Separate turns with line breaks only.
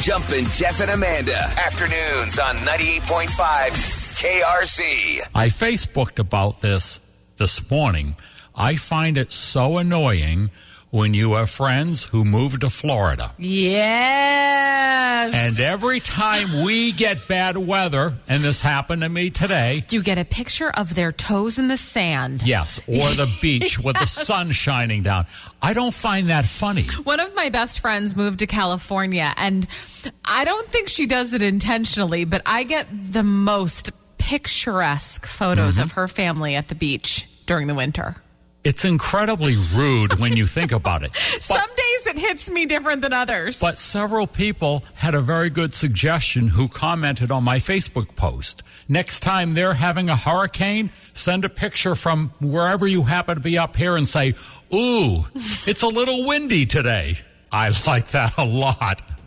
Jumpin' Jeff and Amanda. Afternoons on 98.5 KRZ.
I Facebooked about this this morning. I find it so annoying when you have friends who move to Florida.
Yes.
And every time we get bad weather, and this happened to me today,
you get a picture of their toes in the sand.
yes, or the beach with the sun shining down. I don't find that funny.
One of my best friends moved to California, and I don't think she does it intentionally, but I get the most picturesque photos of her family at the beach during the winter.
It's incredibly rude when you think about it. But,
Some days it hits me different than others.
but several people had a very good suggestion who commented on my Facebook post. Next time they're having a hurricane, send a picture from wherever you happen to be up here and say, Ooh, it's a little windy today. I like that a lot.